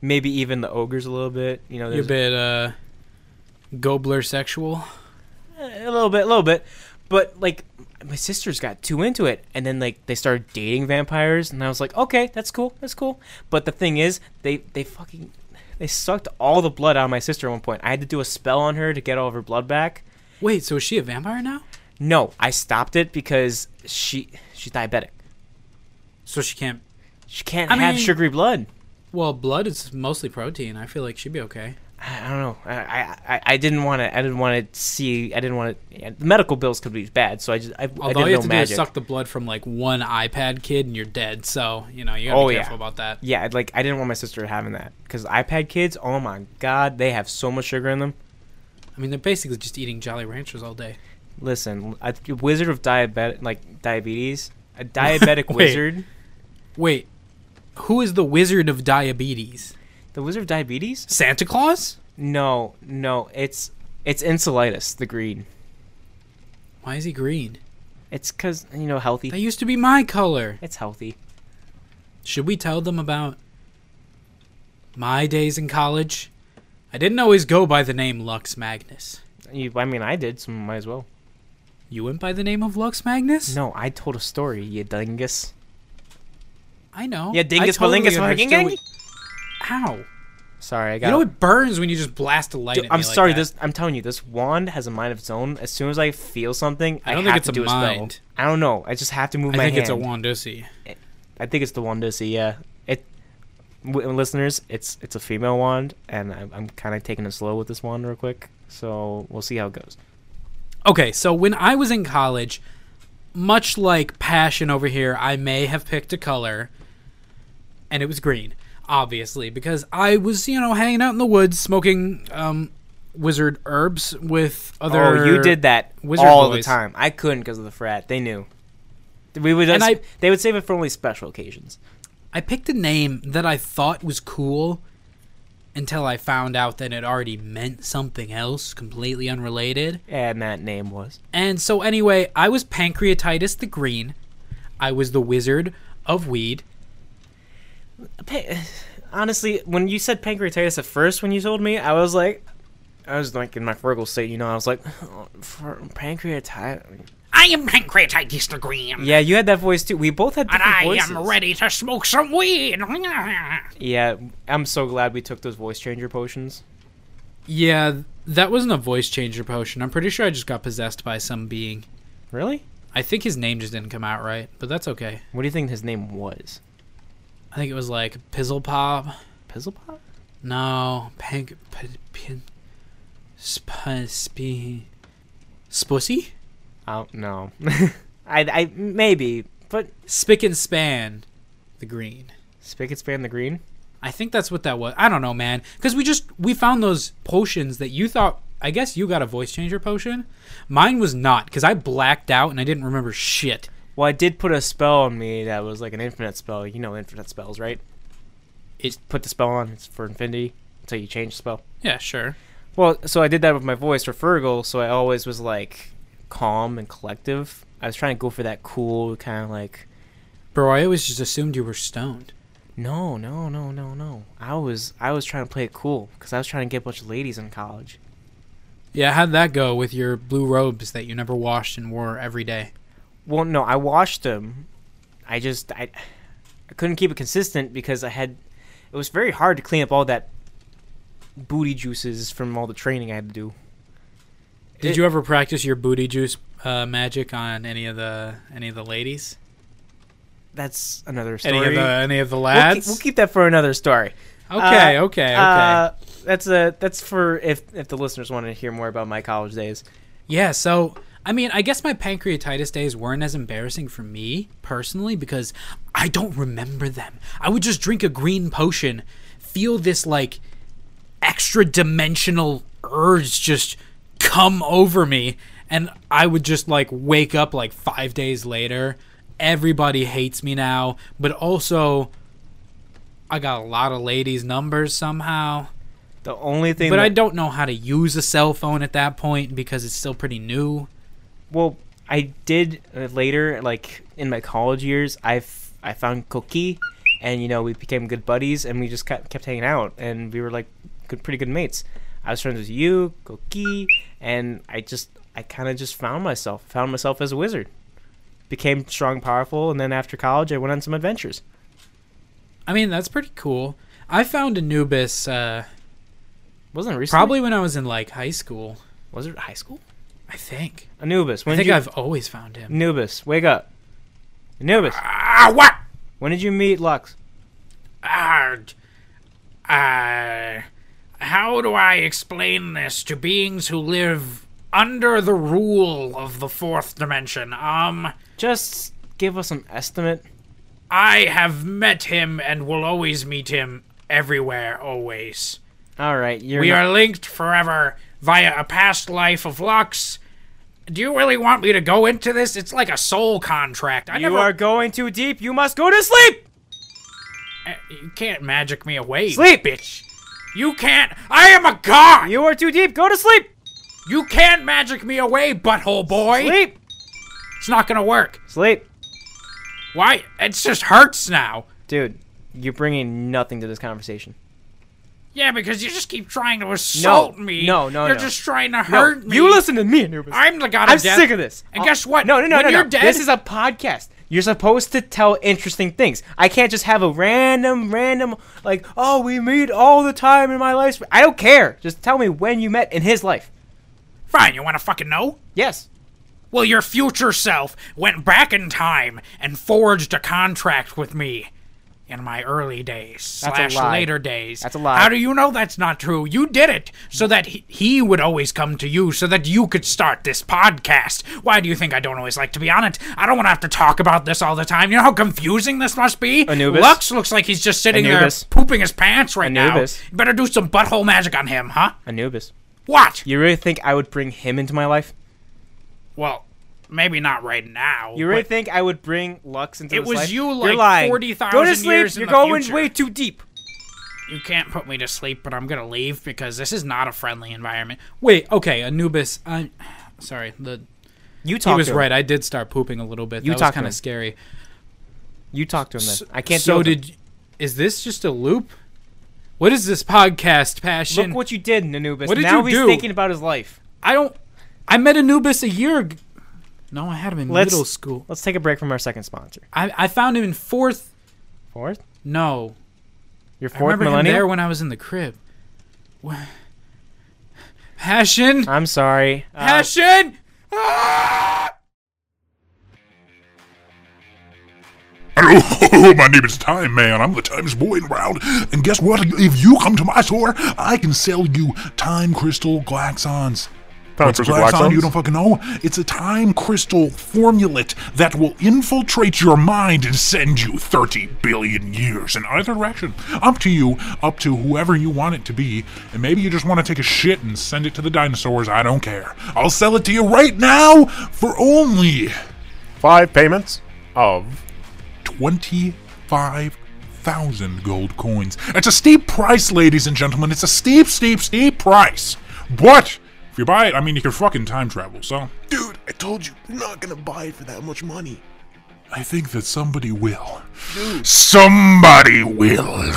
[SPEAKER 2] Maybe even the ogres a little bit, you know,
[SPEAKER 1] You're a
[SPEAKER 2] there's
[SPEAKER 1] bit uh, gobler sexual.
[SPEAKER 2] a little bit, a little bit. But like my sisters got too into it and then like they started dating vampires and I was like, "Okay, that's cool. That's cool." But the thing is, they they fucking they sucked all the blood out of my sister at one point. I had to do a spell on her to get all of her blood back.
[SPEAKER 1] Wait, so is she a vampire now?
[SPEAKER 2] No, I stopped it because she she's diabetic.
[SPEAKER 1] So she can't.
[SPEAKER 2] She can't
[SPEAKER 1] I
[SPEAKER 2] have
[SPEAKER 1] mean-
[SPEAKER 2] sugary blood.
[SPEAKER 1] Well, blood is mostly protein. I feel like she'd be okay.
[SPEAKER 2] I I don't know. I I, I- I didn't want to. I didn't want to see. I didn't want to. The medical bills could be bad, so I just I,
[SPEAKER 1] Although
[SPEAKER 2] I didn't
[SPEAKER 1] all you
[SPEAKER 2] know
[SPEAKER 1] have to do
[SPEAKER 2] magic.
[SPEAKER 1] is suck the blood from like one iPad kid and you're dead. So you know you gotta
[SPEAKER 2] Oh,
[SPEAKER 1] be
[SPEAKER 2] yeah.
[SPEAKER 1] careful about that.
[SPEAKER 2] yeah, I'd like I didn't want my sister having that because iPad kids. Oh my god, they have so much sugar in them.
[SPEAKER 1] I mean, they're basically just eating Jolly Ranchers all day.
[SPEAKER 2] Listen, a wizard of diabetic like diabetes, a diabetic
[SPEAKER 1] Wait.
[SPEAKER 2] wizard.
[SPEAKER 1] Wait, who is the Wizard of Diabetes?
[SPEAKER 2] The wizard of diabetes?
[SPEAKER 1] Santa Claus?
[SPEAKER 2] No, no, it's it's insulitis, the green.
[SPEAKER 1] Why is he green?
[SPEAKER 2] It's cause you know healthy.
[SPEAKER 1] That used to be my color.
[SPEAKER 2] It's healthy.
[SPEAKER 1] Should we tell them about my days in college? I didn't always go by the name Lux Magnus.
[SPEAKER 2] You, I mean, I did, so might as well.
[SPEAKER 1] You went by the name of Lux Magnus?
[SPEAKER 2] No, I told a story, you dingus.
[SPEAKER 1] I know.
[SPEAKER 2] Yeah, dingus,
[SPEAKER 1] I totally
[SPEAKER 2] balingus,
[SPEAKER 1] understood
[SPEAKER 2] balingus.
[SPEAKER 1] what- Ow.
[SPEAKER 2] Sorry, I got.
[SPEAKER 1] You know it burns when you just blast a light
[SPEAKER 2] Dude,
[SPEAKER 1] at me
[SPEAKER 2] I'm
[SPEAKER 1] like
[SPEAKER 2] sorry.
[SPEAKER 1] that.
[SPEAKER 2] This I'm telling you, this wand has a mind of its own. As soon as I feel something,
[SPEAKER 1] I
[SPEAKER 2] I,
[SPEAKER 1] don't think
[SPEAKER 2] have
[SPEAKER 1] it's
[SPEAKER 2] to
[SPEAKER 1] a
[SPEAKER 2] do a
[SPEAKER 1] mind.
[SPEAKER 2] spell. I don't know. I just have to move
[SPEAKER 1] I
[SPEAKER 2] my
[SPEAKER 1] think
[SPEAKER 2] hand.
[SPEAKER 1] it's a Wandosi.
[SPEAKER 2] I think it's the wand to see. Yeah, it. W- listeners, it's it's a female wand, and I'm, I'm kind of taking it slow with this wand real quick. So we'll see how it goes.
[SPEAKER 1] Okay, so when I was in college, much like passion over here, I may have picked a color, and it was green, obviously, because I was you know hanging out in the woods smoking um, wizard herbs with other.
[SPEAKER 2] Oh, you did that
[SPEAKER 1] wizard
[SPEAKER 2] all
[SPEAKER 1] boys.
[SPEAKER 2] the time. I couldn't because of the frat. They knew. We would.
[SPEAKER 1] And I-
[SPEAKER 2] they would save it for only special occasions.
[SPEAKER 1] I picked a name that I thought was cool until I found out that it already meant something else completely unrelated.
[SPEAKER 2] And that name was.
[SPEAKER 1] And so anyway, I was pancreatitis the green. I was the wizard of weed.
[SPEAKER 2] Pa- honestly, when you said pancreatitis at first, when you told me, I was like, I was like in my Fergal state, you know. I was like, oh, for pancreatitis.
[SPEAKER 5] I am pancreatitis the Green,
[SPEAKER 2] Yeah, you had that voice too. We both had
[SPEAKER 5] and
[SPEAKER 2] different
[SPEAKER 5] I
[SPEAKER 2] voices.
[SPEAKER 5] am ready to smoke some weed.
[SPEAKER 2] Yeah, I'm so glad we took those voice changer potions.
[SPEAKER 1] Yeah, th- that wasn't a voice changer potion. I'm pretty sure I just got possessed by some being.
[SPEAKER 2] Really?
[SPEAKER 1] I think his name just didn't come out right, but that's okay.
[SPEAKER 2] What do you think his name was?
[SPEAKER 1] I think it was like Pizzlepop.
[SPEAKER 2] Pizzlepop?
[SPEAKER 1] No, Pank. P- pin, sp- sp- spussy?
[SPEAKER 2] Oh no. I, I maybe, but
[SPEAKER 1] Spick and Span, the green.
[SPEAKER 2] Spigot Span the Green.
[SPEAKER 1] I think that's what that was. I don't know, man. Because we just we found those potions that you thought. I guess you got a voice changer potion. Mine was not because I blacked out and I didn't remember shit.
[SPEAKER 2] Well, I did put a spell on me that was like an infinite spell. You know infinite spells, right?
[SPEAKER 1] It-
[SPEAKER 2] put the spell on. It's for infinity until you change the spell.
[SPEAKER 1] Yeah, sure.
[SPEAKER 2] Well, so I did that with my voice for Fergal, so I always was like calm and collective. I was trying to go for that cool kind of like
[SPEAKER 1] Bro, I always just assumed you were stoned.
[SPEAKER 2] No, no, no, no, no. I was I was trying to play it cool because I was trying to get a bunch of ladies in college.
[SPEAKER 1] Yeah, how'd that go with your blue robes that you never washed and wore every day?
[SPEAKER 2] Well, no, I washed them. I just I, I couldn't keep it consistent because I had it was very hard to clean up all that booty juices from all the training I had to do.
[SPEAKER 1] Did
[SPEAKER 2] It-
[SPEAKER 1] you ever practice your booty juice uh, magic on any of the any of the ladies?
[SPEAKER 2] That's another story.
[SPEAKER 1] Any of the any of the
[SPEAKER 2] we'll, keep,
[SPEAKER 1] lads?
[SPEAKER 2] we'll keep that for another story.
[SPEAKER 1] okay, okay,
[SPEAKER 2] Uh,
[SPEAKER 1] okay.
[SPEAKER 2] Uh, that's a that's for if if the listeners want to hear more about my college days.
[SPEAKER 1] Yeah, so I mean, I guess my pancreatitis days weren't as embarrassing for me personally because I don't remember them. I would just drink a green potion, feel this like extra dimensional urge just come over me, and I would just like wake up like five days later. Everybody hates me now, but also I got a lot of ladies' numbers somehow.
[SPEAKER 2] The only thing
[SPEAKER 1] But
[SPEAKER 2] that,
[SPEAKER 1] I don't know how to use a cell phone at that point because it's still pretty new.
[SPEAKER 2] Well, I did uh, later, like in my college years. I f- I found Cookie, and you know we became good buddies, and we just kept kept hanging out, and we were like good, pretty good mates. I was friends with you, Cookie, and I just I kind of just found myself, found myself as a wizard, became strong, powerful, and then after college I went on some adventures.
[SPEAKER 1] I mean, that's pretty cool. I found Anubis uh,
[SPEAKER 2] Wasn't it recently?
[SPEAKER 1] probably when I was in like high school.
[SPEAKER 2] was it high school?
[SPEAKER 1] I think.
[SPEAKER 2] Anubis. When
[SPEAKER 1] I think
[SPEAKER 2] did you-
[SPEAKER 1] I've always found him.
[SPEAKER 2] Anubis, wake up. Anubis,
[SPEAKER 5] Ah, what?
[SPEAKER 2] when did you meet Lux?
[SPEAKER 5] Ah, d- uh, how do I explain this to beings who live under the rule of the fourth dimension? Um,
[SPEAKER 2] Just give us an estimate.
[SPEAKER 5] I have met him and will always meet him everywhere, always.
[SPEAKER 2] All right, you're
[SPEAKER 5] We
[SPEAKER 2] not-
[SPEAKER 5] are linked forever via a past life of Lux. Do you really want me to go into this? It's like a soul contract. I
[SPEAKER 2] You
[SPEAKER 5] never.
[SPEAKER 2] are going too deep. You must go to sleep.
[SPEAKER 5] Uh, You can't magic me away.
[SPEAKER 2] Sleep.
[SPEAKER 5] bitch. You can't. I am a god. You,
[SPEAKER 2] You are too deep. Go to sleep.
[SPEAKER 5] can't magic me away, butthole boy.
[SPEAKER 2] Sleep.
[SPEAKER 5] It's not gonna work.
[SPEAKER 2] Sleep.
[SPEAKER 5] Why? It just hurts now.
[SPEAKER 2] Dude, you're bringing nothing to this conversation.
[SPEAKER 5] Yeah, because you just keep trying to assault
[SPEAKER 2] No,
[SPEAKER 5] me.
[SPEAKER 2] no, no,
[SPEAKER 5] You're
[SPEAKER 2] no.
[SPEAKER 5] just trying to
[SPEAKER 2] No,
[SPEAKER 5] hurt me.
[SPEAKER 2] You listen to me, Anubis.
[SPEAKER 5] I'm the god of
[SPEAKER 2] I'm
[SPEAKER 5] death.
[SPEAKER 2] sick of this.
[SPEAKER 5] And
[SPEAKER 2] I'll-
[SPEAKER 5] guess what?
[SPEAKER 2] No, no, no,
[SPEAKER 5] When
[SPEAKER 2] no, no.
[SPEAKER 5] you're dead-
[SPEAKER 2] This is a podcast. You're supposed to tell interesting things. I can't just have a random, random, like, oh, we meet all the time in my life. I don't care. Just tell me when you met in his life.
[SPEAKER 5] Fine, you want to fucking know?
[SPEAKER 2] Yes.
[SPEAKER 5] Well, your future self went back in time and forged a contract with me in my early days
[SPEAKER 2] That's a
[SPEAKER 5] slash
[SPEAKER 2] lie.
[SPEAKER 5] later days.
[SPEAKER 2] That's a lie.
[SPEAKER 5] How do you know that's not true? You did it so that he, he would always come to you so that you could start this podcast. Why do you think I don't always like to be on it? I don't want to have to talk about this all the time. You know how confusing this must be?
[SPEAKER 2] Anubis?
[SPEAKER 5] Lux looks like he's just sitting
[SPEAKER 2] Anubis?
[SPEAKER 5] there pooping his pants right
[SPEAKER 2] Anubis?
[SPEAKER 5] now. You better do some butthole magic on him, huh?
[SPEAKER 2] Anubis.
[SPEAKER 5] What?
[SPEAKER 2] You really think I would bring him into my life?
[SPEAKER 5] Well, maybe not right now.
[SPEAKER 2] You really
[SPEAKER 5] but-
[SPEAKER 2] think I would bring Lux into
[SPEAKER 5] It
[SPEAKER 2] this
[SPEAKER 5] was
[SPEAKER 2] life?
[SPEAKER 5] you,
[SPEAKER 2] You're
[SPEAKER 5] like,
[SPEAKER 2] lying.
[SPEAKER 5] 40,000
[SPEAKER 2] Go to sleep.
[SPEAKER 5] years in
[SPEAKER 2] You're
[SPEAKER 5] the
[SPEAKER 2] going
[SPEAKER 5] future.
[SPEAKER 2] way too deep.
[SPEAKER 5] You can't put me to sleep, but I'm gonna leave because this is not a friendly environment.
[SPEAKER 1] Wait, okay, Anubis. I, sorry, the
[SPEAKER 2] You
[SPEAKER 1] he
[SPEAKER 2] talk
[SPEAKER 1] was
[SPEAKER 2] to him.
[SPEAKER 1] right. I did start pooping a little bit.
[SPEAKER 2] You
[SPEAKER 1] that
[SPEAKER 2] talk
[SPEAKER 1] was
[SPEAKER 2] to
[SPEAKER 1] kind
[SPEAKER 2] him.
[SPEAKER 1] of scary.
[SPEAKER 2] You talk to him then. I can't deal
[SPEAKER 1] So
[SPEAKER 2] with him.
[SPEAKER 1] did? Is this just a loop? What is this podcast passion?
[SPEAKER 2] Look what you did, Anubis.
[SPEAKER 1] What did
[SPEAKER 2] now
[SPEAKER 1] you
[SPEAKER 2] he's
[SPEAKER 1] do?
[SPEAKER 2] thinking about his life.
[SPEAKER 1] I don't. I met Anubis a year. ag- No, I had him in
[SPEAKER 2] Let's-
[SPEAKER 1] middle school.
[SPEAKER 2] Let's take a break from our second sponsor.
[SPEAKER 1] I, I found him in fourth.
[SPEAKER 2] Fourth?
[SPEAKER 1] No,
[SPEAKER 2] Your
[SPEAKER 1] I
[SPEAKER 2] fourth
[SPEAKER 1] remember him there
[SPEAKER 2] millennium?
[SPEAKER 1] when I was in the crib. Wha- Passion,
[SPEAKER 2] I'm sorry. Uh,
[SPEAKER 1] passion.
[SPEAKER 6] Hello, my name is Time Man. I'm the Times Boy in Round. And guess what? If you come to my store, I can sell you time crystal glaxons.
[SPEAKER 7] Time
[SPEAKER 6] What's
[SPEAKER 7] crystal
[SPEAKER 6] Glaxon?
[SPEAKER 7] glaxons?
[SPEAKER 6] You don't fucking know. It's a time crystal formulate that will infiltrate your mind and send you 30 billion years in either direction. Up to you, up to whoever you want it to be. And maybe you just want to take a shit and send it to the dinosaurs. I don't care. I'll sell it to you right now for only
[SPEAKER 7] Five payments of
[SPEAKER 6] 25,000 gold coins. It's a steep price, ladies and gentlemen. It's a steep, steep, steep price. But if you buy it, I mean, you can fucking time travel, so.
[SPEAKER 7] Dude, I told you, you're not gonna buy it for that much money.
[SPEAKER 6] I think that somebody will. Somebody will.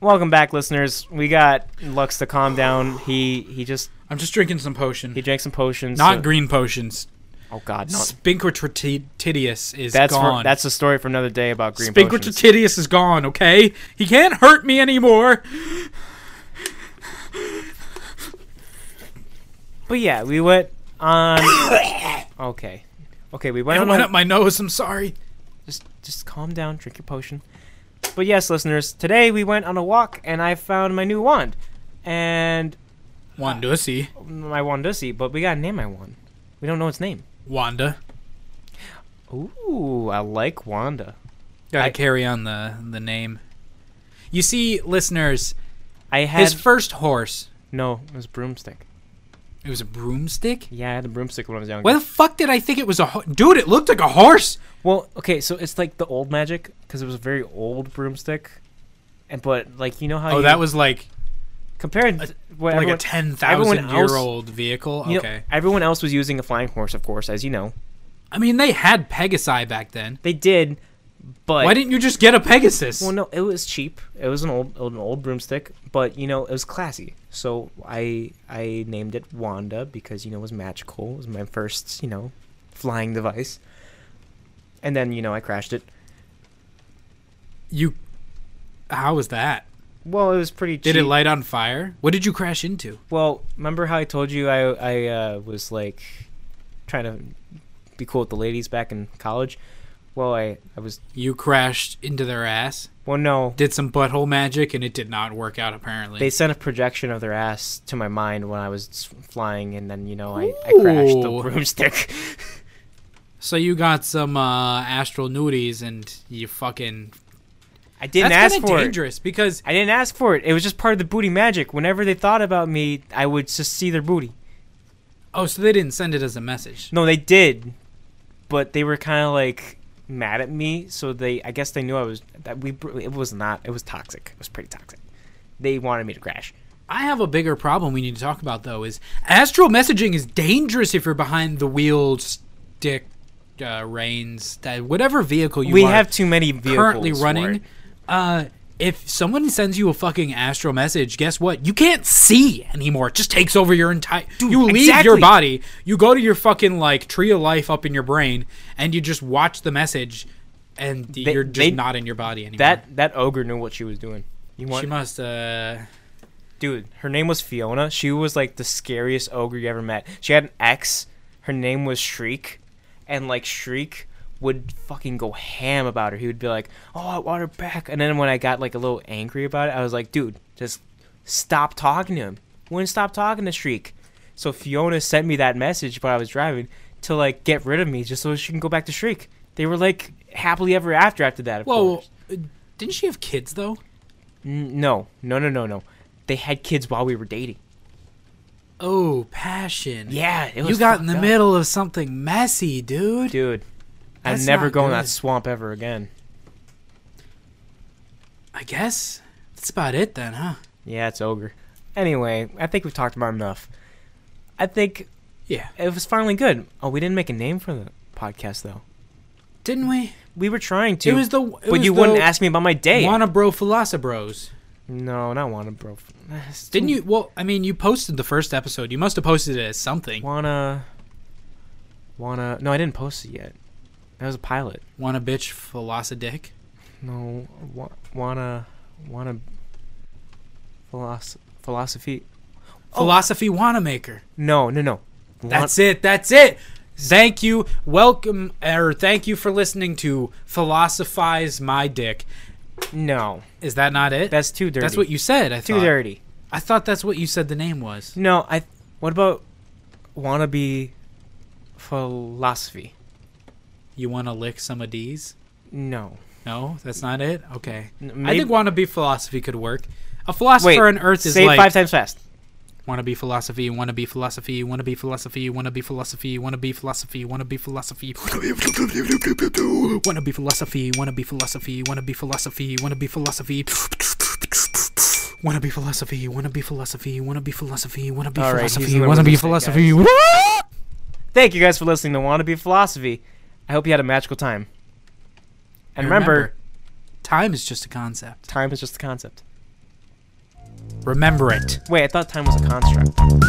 [SPEAKER 2] welcome back, listeners. We got Lux to calm down. He he just
[SPEAKER 1] I'm just drinking some potion.
[SPEAKER 2] he drank some potions.
[SPEAKER 1] Not
[SPEAKER 2] so-
[SPEAKER 1] green potions.
[SPEAKER 2] Oh God, no.
[SPEAKER 1] Spinkratitidius is
[SPEAKER 2] That's
[SPEAKER 1] gone.
[SPEAKER 2] for, that's a story for another day about green potions.
[SPEAKER 1] Spinkratitidius is gone. Okay, he can't hurt me anymore.
[SPEAKER 2] But yeah, we went on. okay, okay, we went
[SPEAKER 1] I
[SPEAKER 2] on.
[SPEAKER 1] went
[SPEAKER 2] a-
[SPEAKER 1] up my nose. I'm sorry.
[SPEAKER 2] just just calm down, drink your potion. But yes, listeners, today we went on a walk and I found my new wand and
[SPEAKER 1] Wanda, see
[SPEAKER 2] my wandussy. But we gotta name my wand. We don't know its name.
[SPEAKER 1] Wanda.
[SPEAKER 2] Ooh, I like Wanda.
[SPEAKER 1] Gotta carry on the the name. You see, listeners,
[SPEAKER 2] I had
[SPEAKER 1] his first horse.
[SPEAKER 2] no, it was broomstick.
[SPEAKER 1] It was a broomstick.
[SPEAKER 2] Yeah, I had a broomstick when I was younger.
[SPEAKER 1] Why the fuck did I think it was a ho- dude? It looked like a horse.
[SPEAKER 2] Well, okay, so it's like the old magic because it was a very old broomstick, and but like you know how
[SPEAKER 1] Oh,
[SPEAKER 2] you,
[SPEAKER 1] that was like
[SPEAKER 2] compared to what
[SPEAKER 1] like
[SPEAKER 2] everyone,
[SPEAKER 1] a ten
[SPEAKER 2] everyone
[SPEAKER 1] thousand year
[SPEAKER 2] else-
[SPEAKER 1] old vehicle.
[SPEAKER 2] you know,
[SPEAKER 1] okay,
[SPEAKER 2] everyone else was using a flying horse, of course, as you know
[SPEAKER 1] I mean they had Pegasi back then.
[SPEAKER 2] they did, but
[SPEAKER 1] Why didn't you just get a Pegasus?
[SPEAKER 2] Well, no, it was cheap. It was an old an old broomstick, but you know it was classy. So I I named it Wanda because you know it was magical. It was my first you know flying device, and then you know I crashed it.
[SPEAKER 1] You, how was that?
[SPEAKER 2] Well, it was pretty. cheap.
[SPEAKER 1] Did it light on fire? What did you crash into?
[SPEAKER 2] Well, remember how I told you I I uh, was like trying to be cool with the ladies back in college. Well, I I was
[SPEAKER 1] You crashed into their ass,
[SPEAKER 2] well no.
[SPEAKER 1] did some butthole magic, and it did not work out apparently.
[SPEAKER 2] They sent a projection of their ass to my mind when I was s- flying, and then you know I, I crashed the
[SPEAKER 1] Ooh.
[SPEAKER 2] broomstick.
[SPEAKER 1] so you got some uh, astral nudies, and you fucking
[SPEAKER 2] I didn't
[SPEAKER 1] That's
[SPEAKER 2] ask
[SPEAKER 1] kinda
[SPEAKER 2] for it.
[SPEAKER 1] dangerous because
[SPEAKER 2] I didn't ask for it. It was just part of the booty magic. Whenever they thought about me, I would just see their booty.
[SPEAKER 1] oh, so they didn't send it as a message.
[SPEAKER 2] No, they did, but they were kind of like mad at me. So they, I guess they knew I was that we. br- It was not. It was toxic. It was pretty toxic. They wanted me to crash.
[SPEAKER 1] I have a bigger problem we need to talk about though is astral messaging is dangerous if you're behind the wheel stick uh, reins, that whatever vehicle you
[SPEAKER 2] we
[SPEAKER 1] are
[SPEAKER 2] have too many vehicles
[SPEAKER 1] currently
[SPEAKER 2] for
[SPEAKER 1] running,
[SPEAKER 2] it.
[SPEAKER 1] uh, if someone sends you a fucking astral message, guess what? You can't see anymore. It just takes over your entire. you leave your
[SPEAKER 2] exactly.
[SPEAKER 1] body. You go to your fucking like tree of life up in your brain, and you just watch the message, and you're just
[SPEAKER 2] they-
[SPEAKER 1] not in your body anymore.
[SPEAKER 2] That that ogre knew what she was doing. You want,
[SPEAKER 1] she must. Uh,
[SPEAKER 2] dude? Her name was Fiona. She was like the scariest ogre you ever met. She had an ex. Her name was Shriek, and like Shriek would fucking go ham about her. He would be like, "Oh, I want her back," and then when I got like a little angry about it, I was like, "Dude, just stop talking to him." Wouldn't stop talking to Shriek. So Fiona sent me that message while I was driving to like get rid of me, just so she can go back to Shriek. They were like happily ever after after that. Of
[SPEAKER 1] whoa,
[SPEAKER 2] course.
[SPEAKER 1] didn't she have kids though?
[SPEAKER 2] N- No, no, no, no, no. They had kids while we were dating.
[SPEAKER 1] Oh, passion.
[SPEAKER 2] Yeah, it was
[SPEAKER 1] You got in
[SPEAKER 2] fucked
[SPEAKER 1] the
[SPEAKER 2] up.
[SPEAKER 1] middle of something messy, dude.
[SPEAKER 2] dude.
[SPEAKER 1] That's
[SPEAKER 2] I'm never
[SPEAKER 1] not
[SPEAKER 2] going
[SPEAKER 1] good.
[SPEAKER 2] that swamp ever again.
[SPEAKER 1] I guess that's about it then, huh?
[SPEAKER 2] Yeah, it's ogre. Anyway, I think we've talked about it enough. I think
[SPEAKER 1] Yeah.
[SPEAKER 2] it was finally good. Oh, we didn't make a name for the podcast though.
[SPEAKER 1] Didn't we?
[SPEAKER 2] We were trying to.
[SPEAKER 1] It was the- it
[SPEAKER 2] but
[SPEAKER 1] was
[SPEAKER 2] you
[SPEAKER 1] the
[SPEAKER 2] wouldn't ask me about my day.
[SPEAKER 1] Wanna bro philosopher.
[SPEAKER 2] no, not wanna, bro.
[SPEAKER 1] Didn't you? Well, I mean, you posted the first episode. You must have posted it as something.
[SPEAKER 2] Wanna, wanna? No, I didn't post it yet. That was a pilot.
[SPEAKER 1] Want a bitch, philosophic.
[SPEAKER 2] No, wa- wanna, wanna. Philosoph- philosophy. Oh.
[SPEAKER 1] Philosophy Wanamaker.
[SPEAKER 2] No, no, no.
[SPEAKER 1] That's it. That's it. Thank you. Welcome, or thank you for listening to Philosophize My Dick.
[SPEAKER 2] No,
[SPEAKER 1] Is that not it?
[SPEAKER 2] that's too dirty.
[SPEAKER 1] That's what you said. I
[SPEAKER 2] too
[SPEAKER 1] thought.
[SPEAKER 2] dirty.
[SPEAKER 1] I thought that's what you said the name was.
[SPEAKER 2] No, I. What about wannabe philosophy?
[SPEAKER 1] You want to lick some of these?
[SPEAKER 2] No.
[SPEAKER 1] No, that's not it. Okay.
[SPEAKER 2] N-
[SPEAKER 1] I
[SPEAKER 2] maybe-
[SPEAKER 1] think wannabe philosophy could work. A philosopher on Earth is
[SPEAKER 2] say it
[SPEAKER 1] like
[SPEAKER 2] five times fast.
[SPEAKER 1] want to be philosophy, want to be philosophy, want to be philosophy, want to be philosophy, want to be philosophy, want to be philosophy, want to be philosophy, want to be philosophy, want to be philosophy, want to be philosophy. Want to be philosophy, want to be philosophy, want to be philosophy, want to be
[SPEAKER 2] All right, he's
[SPEAKER 1] philosophy,
[SPEAKER 2] gonna
[SPEAKER 1] want to be
[SPEAKER 2] release it,
[SPEAKER 1] philosophy.
[SPEAKER 2] Thank you guys for listening to Wannabe Philosophy. I hope you had a magical time. And remember,
[SPEAKER 1] time is just a concept.
[SPEAKER 2] time is just a concept.
[SPEAKER 1] Remember it.
[SPEAKER 2] Wait, I thought time was a construct.